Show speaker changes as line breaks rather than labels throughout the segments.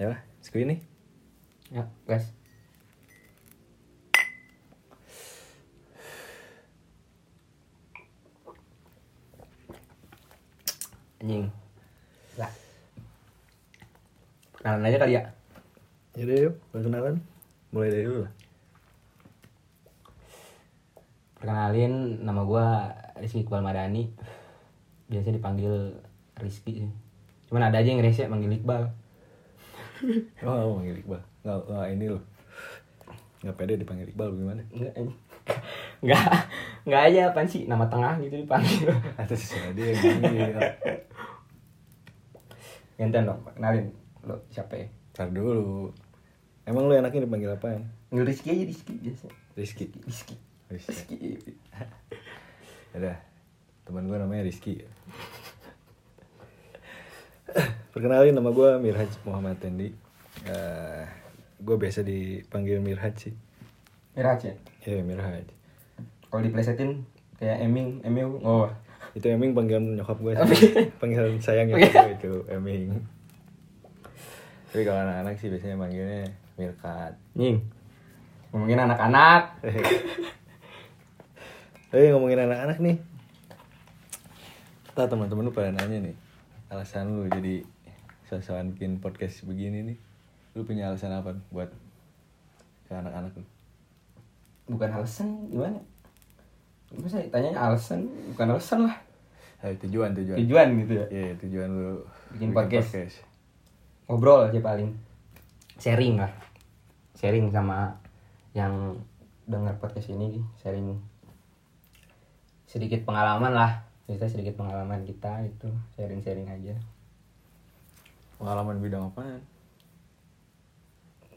Ayolah, segini nih.
Ya, gas. Anjing. Lah. Kenalan aja kali ya.
Yaudah yuk, perkenalan. Mulai dari dulu lah.
Perkenalin, nama gua Rizky Iqbal Madani. Biasanya dipanggil Rizky sih. Cuman ada aja yang rese panggil Iqbal.
Oh, mau manggil Iqbal. Nggak, nggak ini loh. Nggak pede dipanggil Iqbal gimana?
Enggak, anjing. enggak, enggak aja apaan sih nama tengah gitu dipanggil.
Atas sesuai dia yang manggil.
Gantian dong, kenalin lo siapa ya?
Ntar dulu. Emang lu enaknya dipanggil apaan?
Panggil Rizky aja Rizky biasa.
Rizky.
Rizky.
Rizky.
Rizky.
Yaudah. Teman gue namanya Rizky. Perkenalin nama gue Mirhaj Muhammad Tendi. Eh, gue biasa dipanggil Mirhaj sih.
Miraj ya.
Iya, Mirhaj.
Kalau diplesetin kayak Eming, Emil. Oh.
Itu Eming panggilan nyokap gue Panggilan sayang
Oke.
nyokap gue itu Eming Tapi kalau anak-anak sih biasanya manggilnya Mirkat
Nying. Ngomongin anak-anak.
Tapi ngomongin anak-anak nih Kita teman-teman lu pada nanya nih Alasan lu jadi sosokan bikin podcast begini nih Lu punya alasan apa buat ke anak-anak lu?
Bukan alasan gimana? Masa ditanya alasan? Bukan alasan lah.
Ayo, Eh, tujuan, tujuan
Tujuan gitu ya.
Iya, tujuan lu
Bikin podcast. Ngobrol aja paling. Sharing lah. Sharing sama yang dengar podcast ini sharing sedikit pengalaman lah cerita sedikit pengalaman kita itu sharing sharing aja
Pengalaman bidang apaan?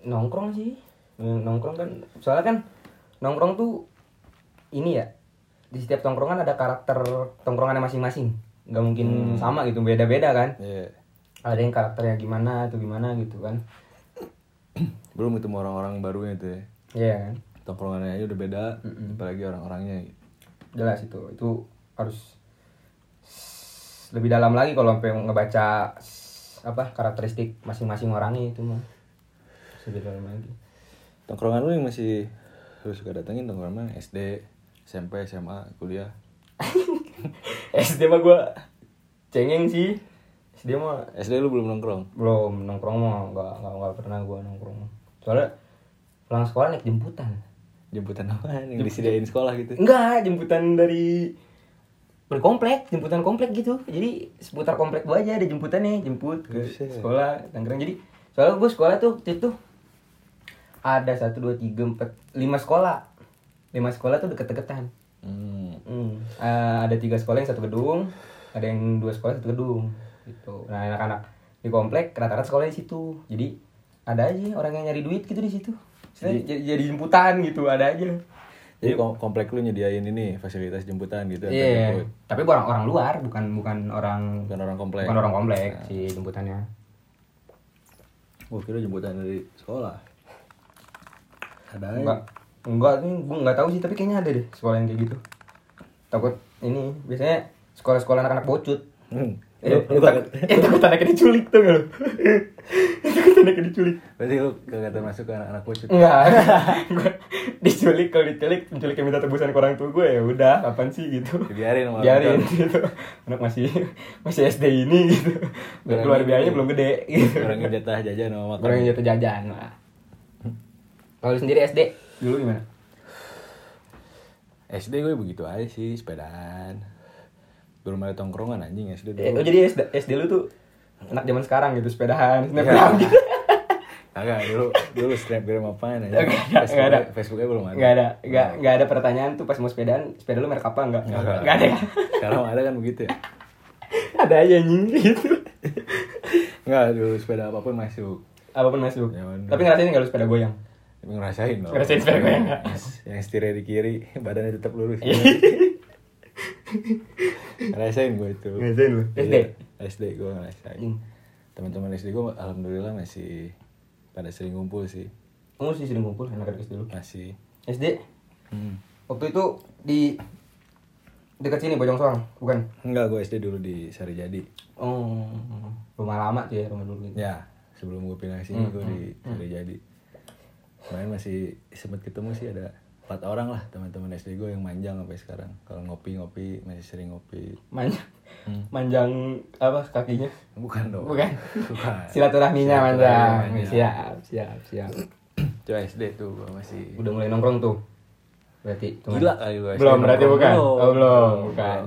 nongkrong sih Hmm, nongkrong kan soalnya kan nongkrong tuh ini ya di setiap tongkrongan ada karakter tongkrongannya masing-masing nggak mungkin sama gitu beda-beda kan
Iya
ada yang karakternya gimana atau gimana gitu kan
Belum ketemu orang-orang barunya tuh ya
Iya kan
tongkrongannya aja udah beda apalagi orang-orangnya gitu.
jelas itu itu harus s- lebih dalam lagi kalau sampai ngebaca s- apa karakteristik masing-masing orangnya itu mah Harus lebih dalam lagi
tongkrongan lu yang masih lu suka datengin tongkrongan mana? SD SMP SMA kuliah
SD mah gue cengeng sih SD mah
SD lu belum nongkrong
belum nongkrong mah nggak nggak nggak pernah gua nongkrong soalnya pulang sekolah naik jemputan
jemputan apa yang disediain sekolah gitu
enggak jemputan dari dari komplek jemputan komplek gitu jadi seputar komplek gua aja ada jemputan nih jemput ke
Buset.
sekolah Tangerang jadi soalnya gua sekolah tuh waktu itu ada satu dua tiga empat lima sekolah lima sekolah tuh deket-deketan
hmm.
Hmm, eh, ada tiga sekolah yang satu gedung, ada yang dua sekolah satu gedung gitu. Nah anak-anak di komplek rata-rata sekolahnya di situ. Jadi ada aja orang yang nyari duit gitu di situ. Jadi, jadi, jadi jemputan gitu ada aja.
jadi kom- komplek lu nyediain ini fasilitas jemputan gitu
Iya.
antar jemput.
Tapi orang orang luar bukan bukan orang
bukan orang komplek
bukan orang komplek si jemputannya.
gua kira jemputan dari sekolah ada aja.
Enggak enggak nih gua nggak tahu sih tapi kayaknya ada deh sekolah yang kayak gitu. Takut ini biasanya sekolah-sekolah anak-anak bocut.
hmm.
Eh,
lu, lu
takut,
kagak-
eh, takut anaknya diculik tuh nggak lu? takut anaknya diculik.
berarti lu kagak termasuk ke anak-anak bocil
Enggak. Gua diculik kalau diculik, penculiknya minta tebusan ke orang tua gue ya udah, kapan sih gitu.
Dibiarin sama orang
Biarin
tua.
gitu. Anak masih masih SD ini gitu.
Orang
Keluar
ini.
biayanya belum gede gitu.
orang yang jatah jajan sama makan
Orang yang jatuh jajan lah. Kalau lu sendiri SD dulu gimana?
SD gue begitu aja sih sepedaan belum ada tongkrongan anjing SD
Eh,
dulu
oh, jadi SD, SD lu tuh anak zaman sekarang gitu sepedahan, snapgram gitu.
agak dulu dulu snapgram apaan aja
Enggak, enggak,
Facebooknya-
enggak ada.
Facebooknya belum ada
Enggak ada, enggak enggak ada pertanyaan tuh pas mau sepedaan, sepeda lu merek apa enggak?
Enggak,
Enggak ada. ya?
sekarang ada kan begitu ya
ada aja anjing gitu.
enggak dulu sepeda apapun masuk
Apapun masuk.
Ya, bener.
Tapi ngerasain enggak lu sepeda goyang?
ngerasain loh
Ngerasain sepeda ya? gue enggak?
yang setirnya di kiri badannya tetap lurus
Iya.
ngerasain gue itu
Ngerasain lu? Hmm.
Iya,
SD?
SD gue ngerasain
Anjing.
teman-teman SD gue alhamdulillah masih pada sering ngumpul sih
Kamu sih sering kumpul anak anak SD dulu.
masih
SD
hmm.
waktu itu di dekat sini Bojong Soang, bukan?
Enggak, gue SD dulu di Sarijadi.
Oh, rumah lama tuh ya rumah dulu gitu.
Ya, sebelum gue pindah sini
Hmm,
gue di dari jadi kemarin masih sempet ketemu sih ada empat orang lah teman-teman SD gue yang manjang sampai sekarang kalau ngopi ngopi masih sering ngopi
Manjang, Hmm. manjang apa kakinya?
bukan dong
Bukan.
bukan
Silaturahminya manjang. Iya.
Silaturahminya.
Siap, siap, siap.
itu SD tuh gue masih
Udah mulai nongkrong tuh. Berarti hitungan-
Gila kali gua
Belum
SMP
berarti
nongkrong.
bukan. Oh, belum,
Belum,
bukan.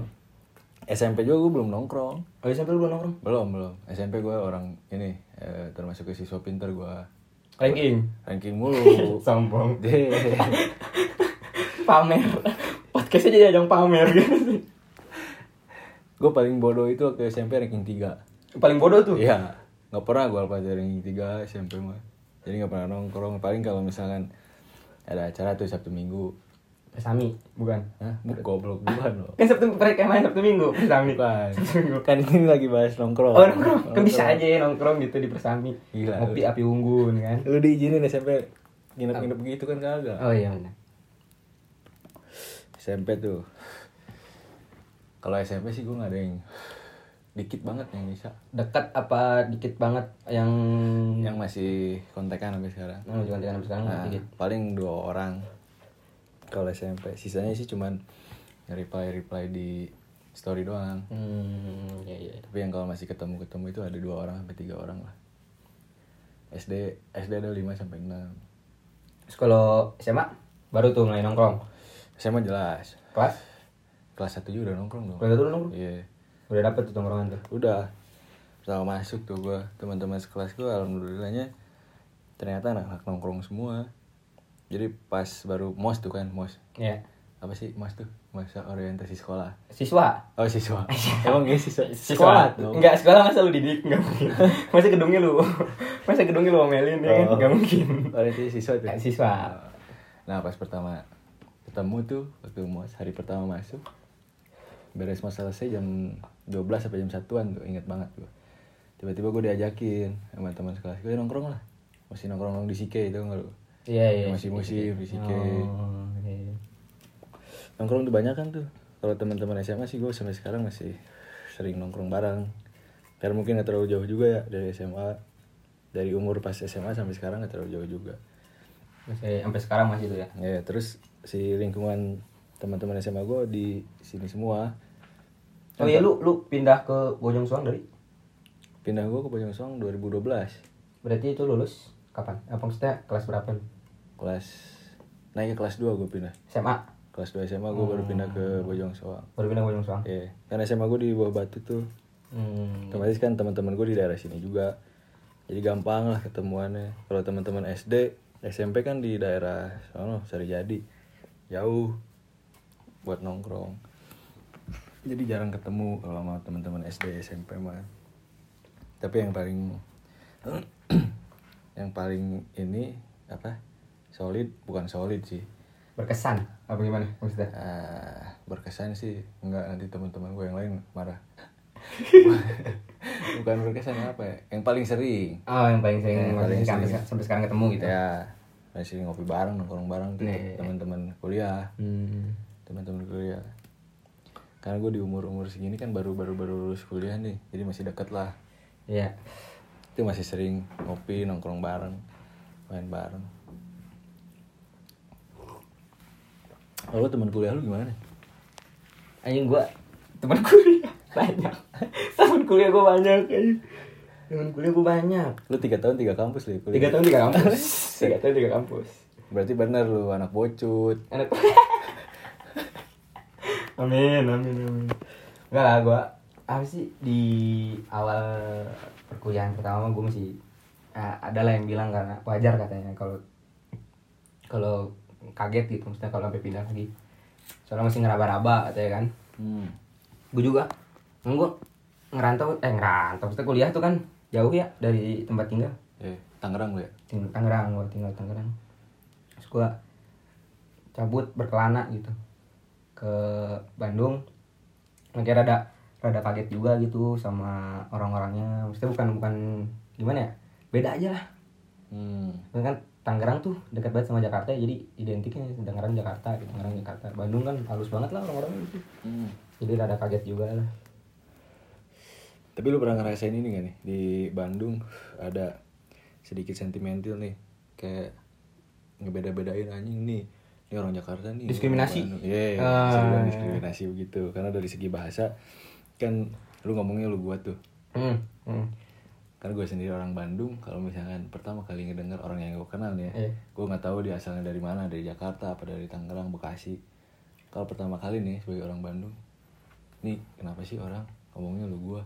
SMP juga gue belum nongkrong
Oh, SMP lu belum nongkrong?
belum belum SMP gue orang ini eh, termasuk ke siswa pinter gue
Ranking.
ranking mulu
Sombong.
Deh.
pamer. Podcastnya jadi ajang pamer gitu.
gue paling bodoh itu waktu SMP ranking 3
Paling bodoh tuh.
iya nggak pernah gue apa ranking 3 SMP mah jadi nggak pernah nongkrong paling kalau misalkan ada acara tuh Sabtu Minggu
Pesami, bukan.
Hah? Bu- goblok bukan loh
Eh, Kan Sabtu mereka main Sabtu Minggu, Pesami.
bukan
Sabtu Minggu.
kan ini lagi bahas nongkrong
Oh nongkrong, kan bisa aja ya nongkrong gitu di persami
Gila,
Ngopi api unggun kan
lu diizinin SMP nginep-nginep gitu kan kagak
Oh iya benar
SMP tuh kalau SMP sih gue nggak ada yang dikit banget yang bisa
Dekat apa dikit banget yang
yang masih kontekan sampai sekarang
Yang cuma dengan sekarang
Nah,
dikit
paling dua orang kalau SMP sisanya sih cuman reply reply di story doang
Hmm iya iya
tapi yang kalau masih ketemu ketemu itu ada dua orang sampai tiga orang lah SD SD ada 5 sampai enam
Terus kalau SMA baru tuh mulai nongkrong
SMA jelas
Kelas?
kelas satu juga udah nongkrong dong
Kelas satu udah nongkrong?
iya
Udah dapet tuh nongkrongan tuh
udah pertama masuk tuh gua teman-teman sekelas gua alhamdulillahnya ternyata anak-anak nongkrong semua jadi pas baru mos tuh kan mos
Iya
apa sih mos tuh masa orientasi sekolah
Siswa?
oh siswa emang gak siswa
Sekolah?
dong.
Enggak, sekolah masa lu didik? Enggak mungkin Masa gedungnya lu Masa gedungnya lu omelin ya kan?
Oh.
Enggak mungkin
orientasi siswa tuh
Eh, Siswa
nah pas pertama ketemu tuh waktu mos hari pertama masuk beres mos selesai jam 12 sampai jam satuan tuh ingat banget gua tiba-tiba gua diajakin sama teman sekelas gue nongkrong lah masih nongkrong nongkrong di Sike itu nggak lu
Iya iya
Yang masih musim di Sike
Oh, iya.
nongkrong tuh banyak kan tuh kalau teman-teman SMA sih gue sampai sekarang masih sering nongkrong bareng karena mungkin gak terlalu jauh juga ya dari SMA dari umur pas SMA sampai sekarang gak terlalu jauh juga
Masih, sampai sekarang masih tuh ya
ya terus si lingkungan teman-teman SMA gue di sini semua
Oh iya lu lu pindah ke Bojong Soang dari
pindah gue ke Bojong Soang 2012
berarti itu lulus kapan? Apa maksudnya kelas berapa lu?
kelas naik ke kelas 2 gue pindah
SMA
kelas 2 SMA gue baru pindah ke Bojong Soang
baru pindah ke Bojong Soang.
ya karena SMA gue di bawah batu tuh
Hmm.
otomatis kan teman-teman gue di daerah sini juga jadi gampang lah ketemuannya kalau teman-teman SD SMP kan di daerah sono sari jadi jauh buat nongkrong jadi jarang ketemu kalau sama teman-teman SD SMP mah tapi yang paling yang paling ini apa solid bukan solid sih
Berkesan apa gimana maksudnya?
Eh, berkesan sih nggak nanti teman-teman gue yang lain marah bukan berkesan apa ya yang paling sering
Oh yang paling sering
Yang
yang
paling
sampai,
sering.
sampai sekarang ketemu gitu.
ya masih ngopi bareng nongkrong bareng tuh
Nih.
teman-teman kuliah
Hmm.
teman-teman kuliah karena gue di umur umur segini kan baru baru baru lulus kuliah nih jadi masih deket lah
Iya.
itu masih sering ngopi nongkrong bareng main bareng Lalu teman kuliah lu gimana?
Anjing gua teman kuliah banyak. teman kuliah gua banyak anjing. Teman kuliah gua banyak.
Lu tiga tahun tiga kampus lu ya kuliah?
Tiga tahun tiga kampus. tiga tahun tiga kampus.
Berarti bener lu anak bocut.
Anak Amin, amin, amin. Enggak lah, gue apa sih di awal perkuliahan pertama gue masih eh, ada lah yang bilang karena wajar katanya kalau kalau kaget gitu maksudnya kalau sampai pindah lagi soalnya masih ngeraba-raba katanya kan
Hmm.
gue juga gue ngerantau eh ngerantau maksudnya kuliah tuh kan jauh ya dari tempat tinggal
Eh, Tangerang lu ya?
tinggal Tangerang gue tinggal Tangerang terus gue cabut berkelana gitu ke Bandung akhirnya rada rada kaget juga gitu sama orang-orangnya maksudnya bukan bukan gimana ya beda aja lah
Hmm.
Soalnya kan Tangerang tuh dekat banget sama Jakarta ya, jadi identiknya Tangerang Jakarta gitu. Tangerang Jakarta Bandung kan halus banget lah orang-orangnya gitu
Hmm.
jadi rada kaget juga lah
Tapi lu pernah ngerasain ini gak nih? Di Bandung ada sedikit sentimental nih kayak ngebeda-bedain anjing nih ini orang Jakarta nih
Diskriminasi.
orang Bandung. Iya,
Ah.
bisa dibilang diskriminasi begitu karena dari segi bahasa kan lu ngomongnya lu gua tuh
Hmm, hmm.
karena gue sendiri orang Bandung kalau misalkan pertama kali ngedenger orang yang gue kenal nih ya
Iya.
gue nggak tahu dia asalnya dari mana dari Jakarta apa dari Tangerang Bekasi kalau pertama kali nih sebagai orang Bandung nih kenapa sih orang ngomongnya lu gue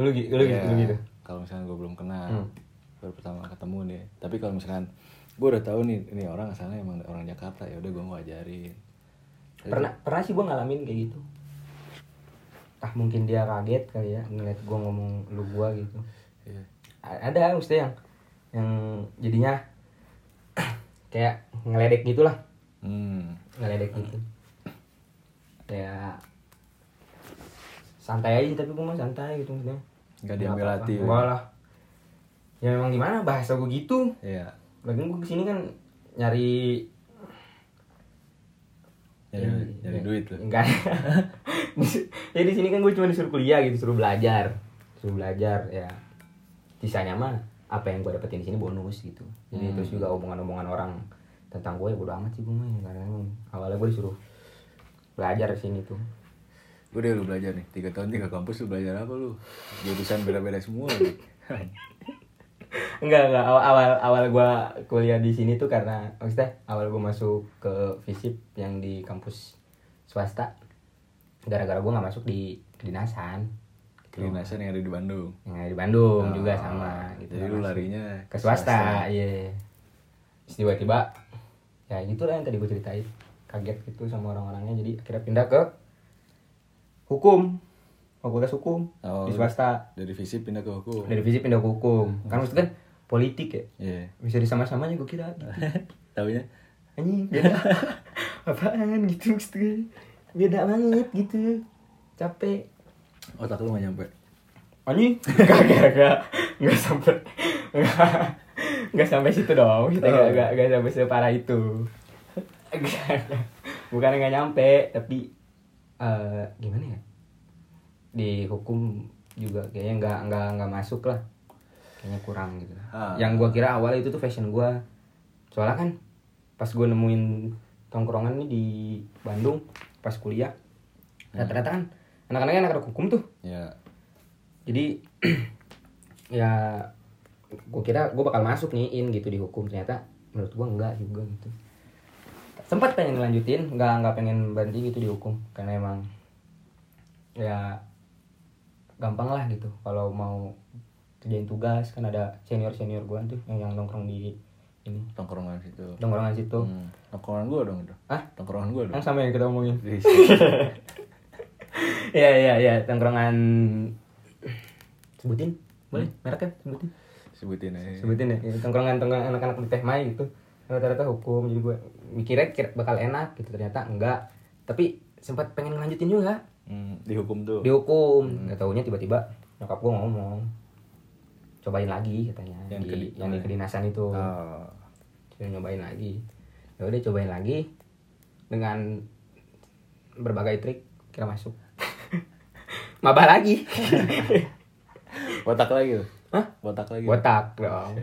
Lu, gi- lu, gitu,
Iya.
lu gitu.
kalau misalkan gue belum kenal
Hmm.
baru pertama ketemu nih tapi kalau misalkan gue udah tahu nih ini orang asalnya emang orang Jakarta ya udah gue mau ajarin Tapi
Pernah pernah sih gue ngalamin kayak gitu. Ah mungkin dia kaget kali ya ngeliat gue ngomong lu gua gitu.
Iya.
A- Ada maksudnya yang yang jadinya kayak ngeledek gitulah,
hmm
ngeledek gitu. Kayak santai aja tapi gue mah santai gitu maksudnya.
Nggak diambil
apa-apa.
hati ya.
Enggak lah. Ya memang gimana bahasa gue gitu.
iya
Lagian gue kesini kan nyari
nyari, nyari duit lu
Iya, Enggak. ya di sini kan gue cuma disuruh kuliah gitu, disuruh belajar, disuruh belajar ya. Sisanya mah apa yang gue dapetin di sini bonus gitu. Jadi
Hmm.
terus juga omongan-omongan orang tentang gue ya bodo amat sih gue mah ya, karena emang awalnya gue disuruh belajar di sini tuh.
Gue deh lu belajar nih, tiga tahun tiga kampus lu belajar apa lu? Jurusan beda-beda semua lu.
Enggak, enggak. Awal awal, awal gue kuliah di sini tuh karena maksudnya awal gue masuk ke FISIP yang di kampus swasta gara-gara gue nggak masuk di kedinasan gitu.
Kedinasan yang ada di Bandung.
yang ada di Bandung
Oh,
juga sama gitu
Jadi
nggak
lu
masuk.
larinya
ke swasta iya Terus tiba-tiba ya gitulah yang tadi gue ceritain kaget gitu sama orang-orangnya jadi akhirnya pindah ke hukum fakultas hukum
Oh,
di swasta
Dari FISIP pindah ke hukum.
dari divisi pindah ke hukum kan maksudnya kan politik ya
Iya.
bisa disama-samanya gue kira gitu.
Taunya
anjing beda apaan gitu gitu beda banget gitu capek
otak lu gak nyampe.
anjing gak gak gak gak sampai gak, gak sampai situ dong kita gak, gak, gak sampai separah itu Gak- gak. bukan gak nyampe tapi eh gimana ya di hukum juga kayaknya nggak nggak nggak masuk lah kayaknya kurang gitu
Ah.
yang gua kira awal itu tuh fashion gua soalnya kan pas gue nemuin tongkrongan nih di Bandung pas kuliah rata-rata kan anak-anaknya anak-anak hukum tuh
Ya.
jadi ya gue kira gue bakal masuk nih in gitu di hukum ternyata menurut gue enggak juga gitu sempat pengen ngelanjutin nggak nggak pengen berhenti gitu di hukum karena emang ya gampang lah gitu kalau mau kerjain tugas kan ada senior senior gue tuh yang, yang nongkrong di ini
Tongkrongan situ.
nongkrongan situ
Hmm. Tongkrongan gua dong itu.
Hah?
Tongkrongan gua dong.
yang
Iya,
sama yang kita omongin
Di-
ya ya ya tongkrongan sebutin boleh mereknya sebutin
Sebutin aja.
sebutin ya, ya tongkrongan tongkrongan anak-anak di teh mai gitu rata-rata hukum jadi gue mikirnya kira bakal enak gitu ternyata enggak tapi sempat pengen ngelanjutin juga
Hmm, dihukum tuh.
dihukum nggak taunya tiba-tiba nyokap gue ngomong cobain lagi katanya
Yang
di,
kedi-
yang di kedinasan itu
Oh.
Terus nyobain lagi ya udah cobain lagi dengan berbagai trik kira masuk mabah lagi
Botak lagi lu.
Hah?
Botak lagi.
botak dong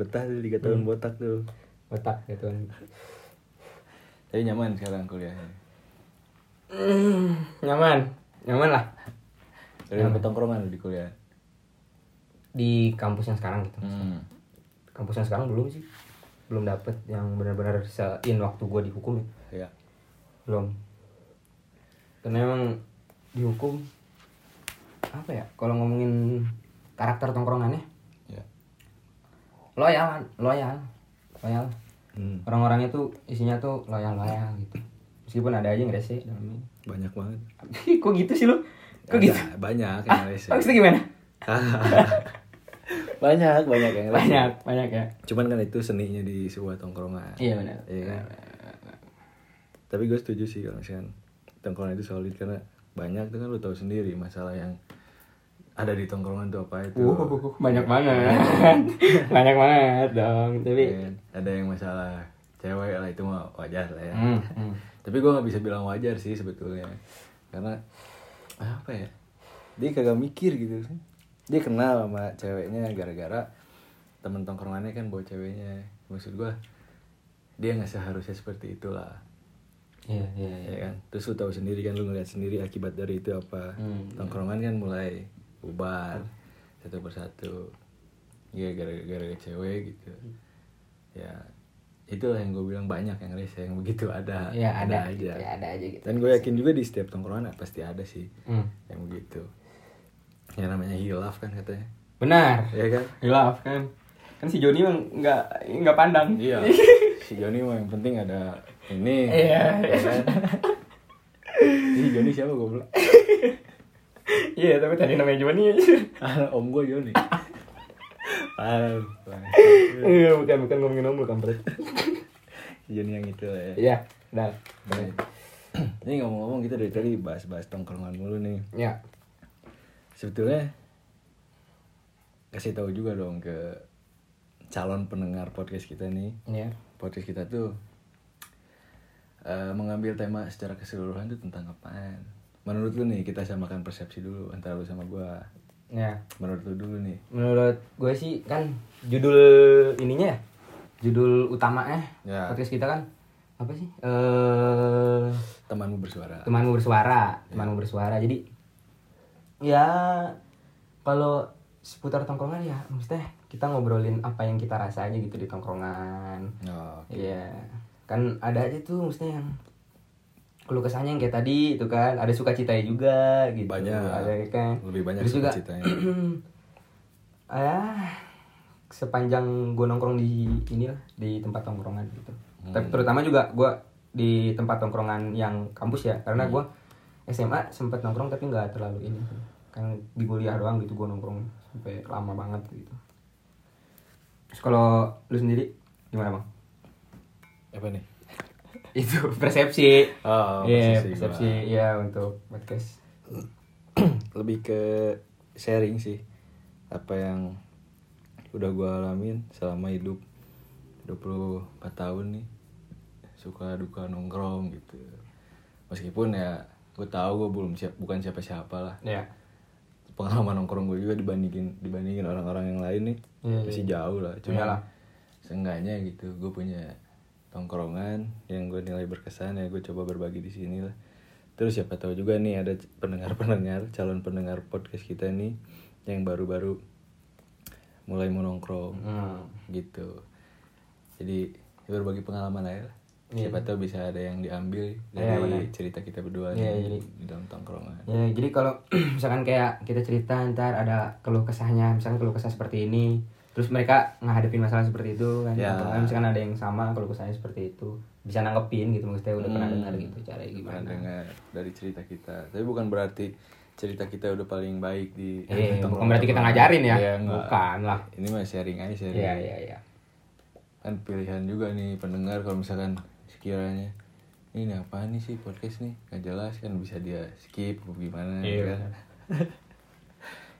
Betah tuh tiga
Hmm.
tahun botak tuh.
botak gitu
Tapi nyaman sekarang kuliahnya.
Hmm, nyaman nyaman lah
Dari dapet tongkrongan lu di kuliah.
di kampus yang sekarang gitu
Hmm.
kampus yang sekarang belum sih belum dapet yang benar-benar sein waktu gue dihukum ya
Ya.
belum karena emang dihukum apa ya kalau ngomongin karakter tongkrongannya
Ya.
loyal loyal loyal
Hmm.
orang-orangnya tuh isinya tuh loyal loyal gitu meskipun ada aja yang rese dalamnya
Banyak banget.
kok gitu sih lu kok
Ada,
gitu
Banyak yang
ah,
rese.
maksudnya gimana
gitu. banyak, banyak yang rese.
banyak banyak ya
Cuman kan itu seninya di sebuah tongkrongan.
iya benar
Iya kan? Tapi gue setuju sih kalau misalkan tongkrongan itu solid karena banyak tuh kan lu tahu sendiri masalah yang ada di tongkrongan tuh apa itu.
Uh, banyak banget. banyak banget dong. Tapi
Iya kan? Ada yang masalah cewek lah itu mah wajar lah ya.
Hmm, hmm.
Tapi gue nggak bisa bilang wajar sih sebetulnya. Karena ah, apa ya? Dia kagak mikir gitu. Dia kenal sama ceweknya gara-gara temen tongkrongannya kan bawa ceweknya maksud gua dia nggak seharusnya seperti itulah
Iya, iya, iya.
ya kan terus lu tahu sendiri kan lu ngeliat sendiri akibat dari itu apa
Hmm, iya.
tongkrongan kan mulai bubar satu persatu ya gara-gara cewek gitu
Hmm.
ya itulah yang gue bilang banyak yang rese yang begitu ada
Iya, ada, gitu,
aja
ya, ada aja gitu.
dan gue yakin juga di setiap tongkrongan ya, pasti ada sih
Hmm.
yang begitu yang namanya hilaf kan katanya
Benar.
ya kan
Hilaf kan. Kan si Joni emang nggak nggak pandang.
iya si Joni mah yang penting ada ini
Iya.
ya kan si Joni siapa gue bilang
Iya, tapi tadi namanya Joni.
om gue Joni Ah,
Iya, bukan bukan ngomongin nomor kampret.
si Joni yang itu lah ya
Iya, benar.
Baik. ini ngomong-ngomong kita dari tadi bahas-bahas tongkrongan mulu nih
Iya.
sebetulnya kasih tahu juga dong ke calon pendengar podcast kita nih
Iya.
podcast kita tuh eh, mengambil tema secara keseluruhan tuh tentang apaan menurut lu nih kita samakan persepsi dulu antara lu sama gua
Iya.
menurut lu dulu nih
Menurut gue sih kan judul ininya ya, judul utamanya
Ya.
podcast kita kan apa sih? Eh
temanmu bersuara
temanmu bersuara, temanmu bersuara. Jadi Iya. ya kalau seputar tongkrongan ya maksudnya kita ngobrolin apa yang kita rasa aja gitu di tongkrongan.
oh,
Iya, kan ada aja tuh maksudnya yang keluh kesahnya yang kayak tadi itu kan ada suka citanya juga gitu.
Banyak.
Ada kan.
Lebih banyak
Terus juga,
sukacitanya.
ah, sepanjang gue nongkrong di inilah di tempat tongkrongan gitu.
Hmm.
Tapi terutama juga gue di tempat tongkrongan yang kampus ya karena
Hmm.
gue SMA sempet nongkrong tapi nggak terlalu ini kan di kuliah doang gitu gue nongkrong sampai lama banget gitu. Terus kalau lu sendiri gimana bang?
apa nih
itu persepsi
Oh,
Iya,
persepsi
persepsi ya untuk podcast
lebih ke sharing sih apa yang udah gua alamin selama hidup 24 tahun nih suka duka nongkrong gitu meskipun ya gue tahu gue belum siap bukan siapa siapa lah
ya
pengalaman nongkrong gue juga dibandingin dibandingin orang-orang yang lain nih
Iya, iya.
masih jauh lah cuma
Iyalah.
seenggaknya gitu gue punya tongkrongan yang gue nilai berkesan ya gue coba berbagi di sini lah terus siapa tahu juga nih ada pendengar-pendengar calon pendengar podcast kita nih yang baru-baru mulai mau nongkrong
hmm.
gitu jadi ya berbagi pengalaman aja lah
Iya.
siapa tahu bisa ada yang diambil
Iya,
dari
benar.
cerita kita berdua
Iya,
nih
jadi-
di dalam tongkrongan
ya jadi kalau misalkan kayak kita cerita ntar ada keluh kesahnya misalkan keluh kesah seperti ini terus mereka ngadepin masalah seperti itu kan
Ya.
Atau kan misalkan ada yang sama keluh kesahnya seperti itu bisa nanggepin gitu maksudnya udah pernah
Hmm.
dengar gitu cara
gimana
gimana
dengar dari cerita kita tapi bukan berarti cerita kita udah paling baik di
eh
tentang
bukan berarti kita
orang-orang.
ngajarin ya,
Iya, enggak.
bukan lah
ini mah sharing aja sharing
iya iya iya
kan pilihan juga nih pendengar kalau misalkan sekiranya ini apa nih sih podcast nih nggak jelas kan bisa dia skip atau gimana
Iya,
kan.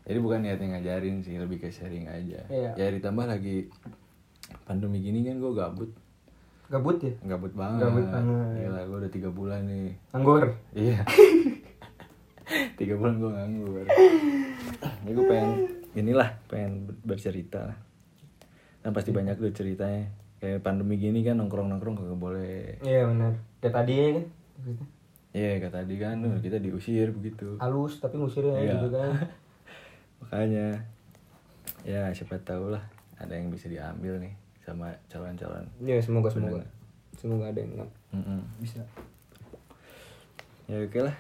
jadi bukan niatnya ngajarin sih lebih ke sharing aja
Iya.
ya ditambah lagi pandemi gini kan gue gabut
gabut ya
gabut banget
Gabut banget.
gila gue udah tiga bulan nih
anggur
Iya. Tiga bulan gue nganggur. Ini gue pengen inilah pengen ber- bercerita. Dan pasti banyak tuh ceritanya. Kayak pandemi gini kan nongkrong-nongkrong kagak boleh.
iya benar kayak tadi kan
Iya kata tadi kan "Nuh, kita diusir begitu.
halus tapi ngusirnya
Iya.
gitu kan
Makanya ya siapa tahu lah ada yang bisa diambil nih sama calon-calon.
Ya semoga
semoga.
semoga. Semoga ada yang
Mm-mm.
bisa.
Ya oke lah.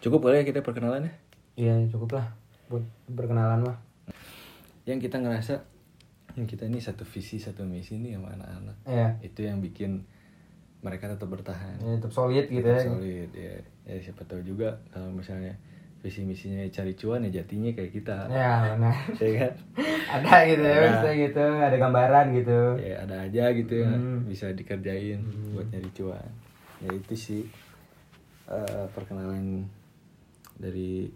Cukup boleh kita perkenalan ya.
Iya cukup lah buat berkenalan mah.
Yang kita ngerasa yang kita ini satu visi satu misi nih sama anak-anak.
Iya.
itu yang bikin mereka tetap bertahan
Ya, tetap solid gitu
tetap
ya.
solid ya. ya siapa tahu juga kalau misalnya visi misinya cari cuan ya jatinya kayak kita
Ya benar.
ya kan
ada gitu ya,
Ada.
maksudnya gitu, ada gambaran gitu.
ya ada aja gitu ya
Hmm.
bisa dikerjain buat nyari cuan ya itu sih eh, perkenalan dari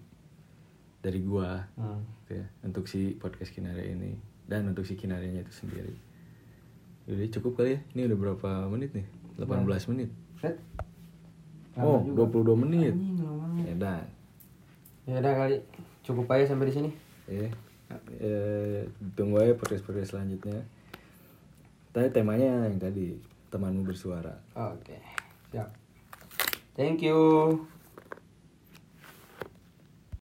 dari gua
Hmm.
gitu ya, untuk si podcast Kinare ini dan untuk si Kinarenya itu sendiri jadi cukup kali ya ini udah berapa menit nih 18 menit
Set.
Oh, 22 menit. Ya,
Anjing, lama banget.
Edan.
Ya udah kali cukup aja sampai di sini.
Eh, eh, tunggu aja podcast-podcast selanjutnya. Tadi temanya yang tadi temanmu bersuara.
Oke, siap. Thank you.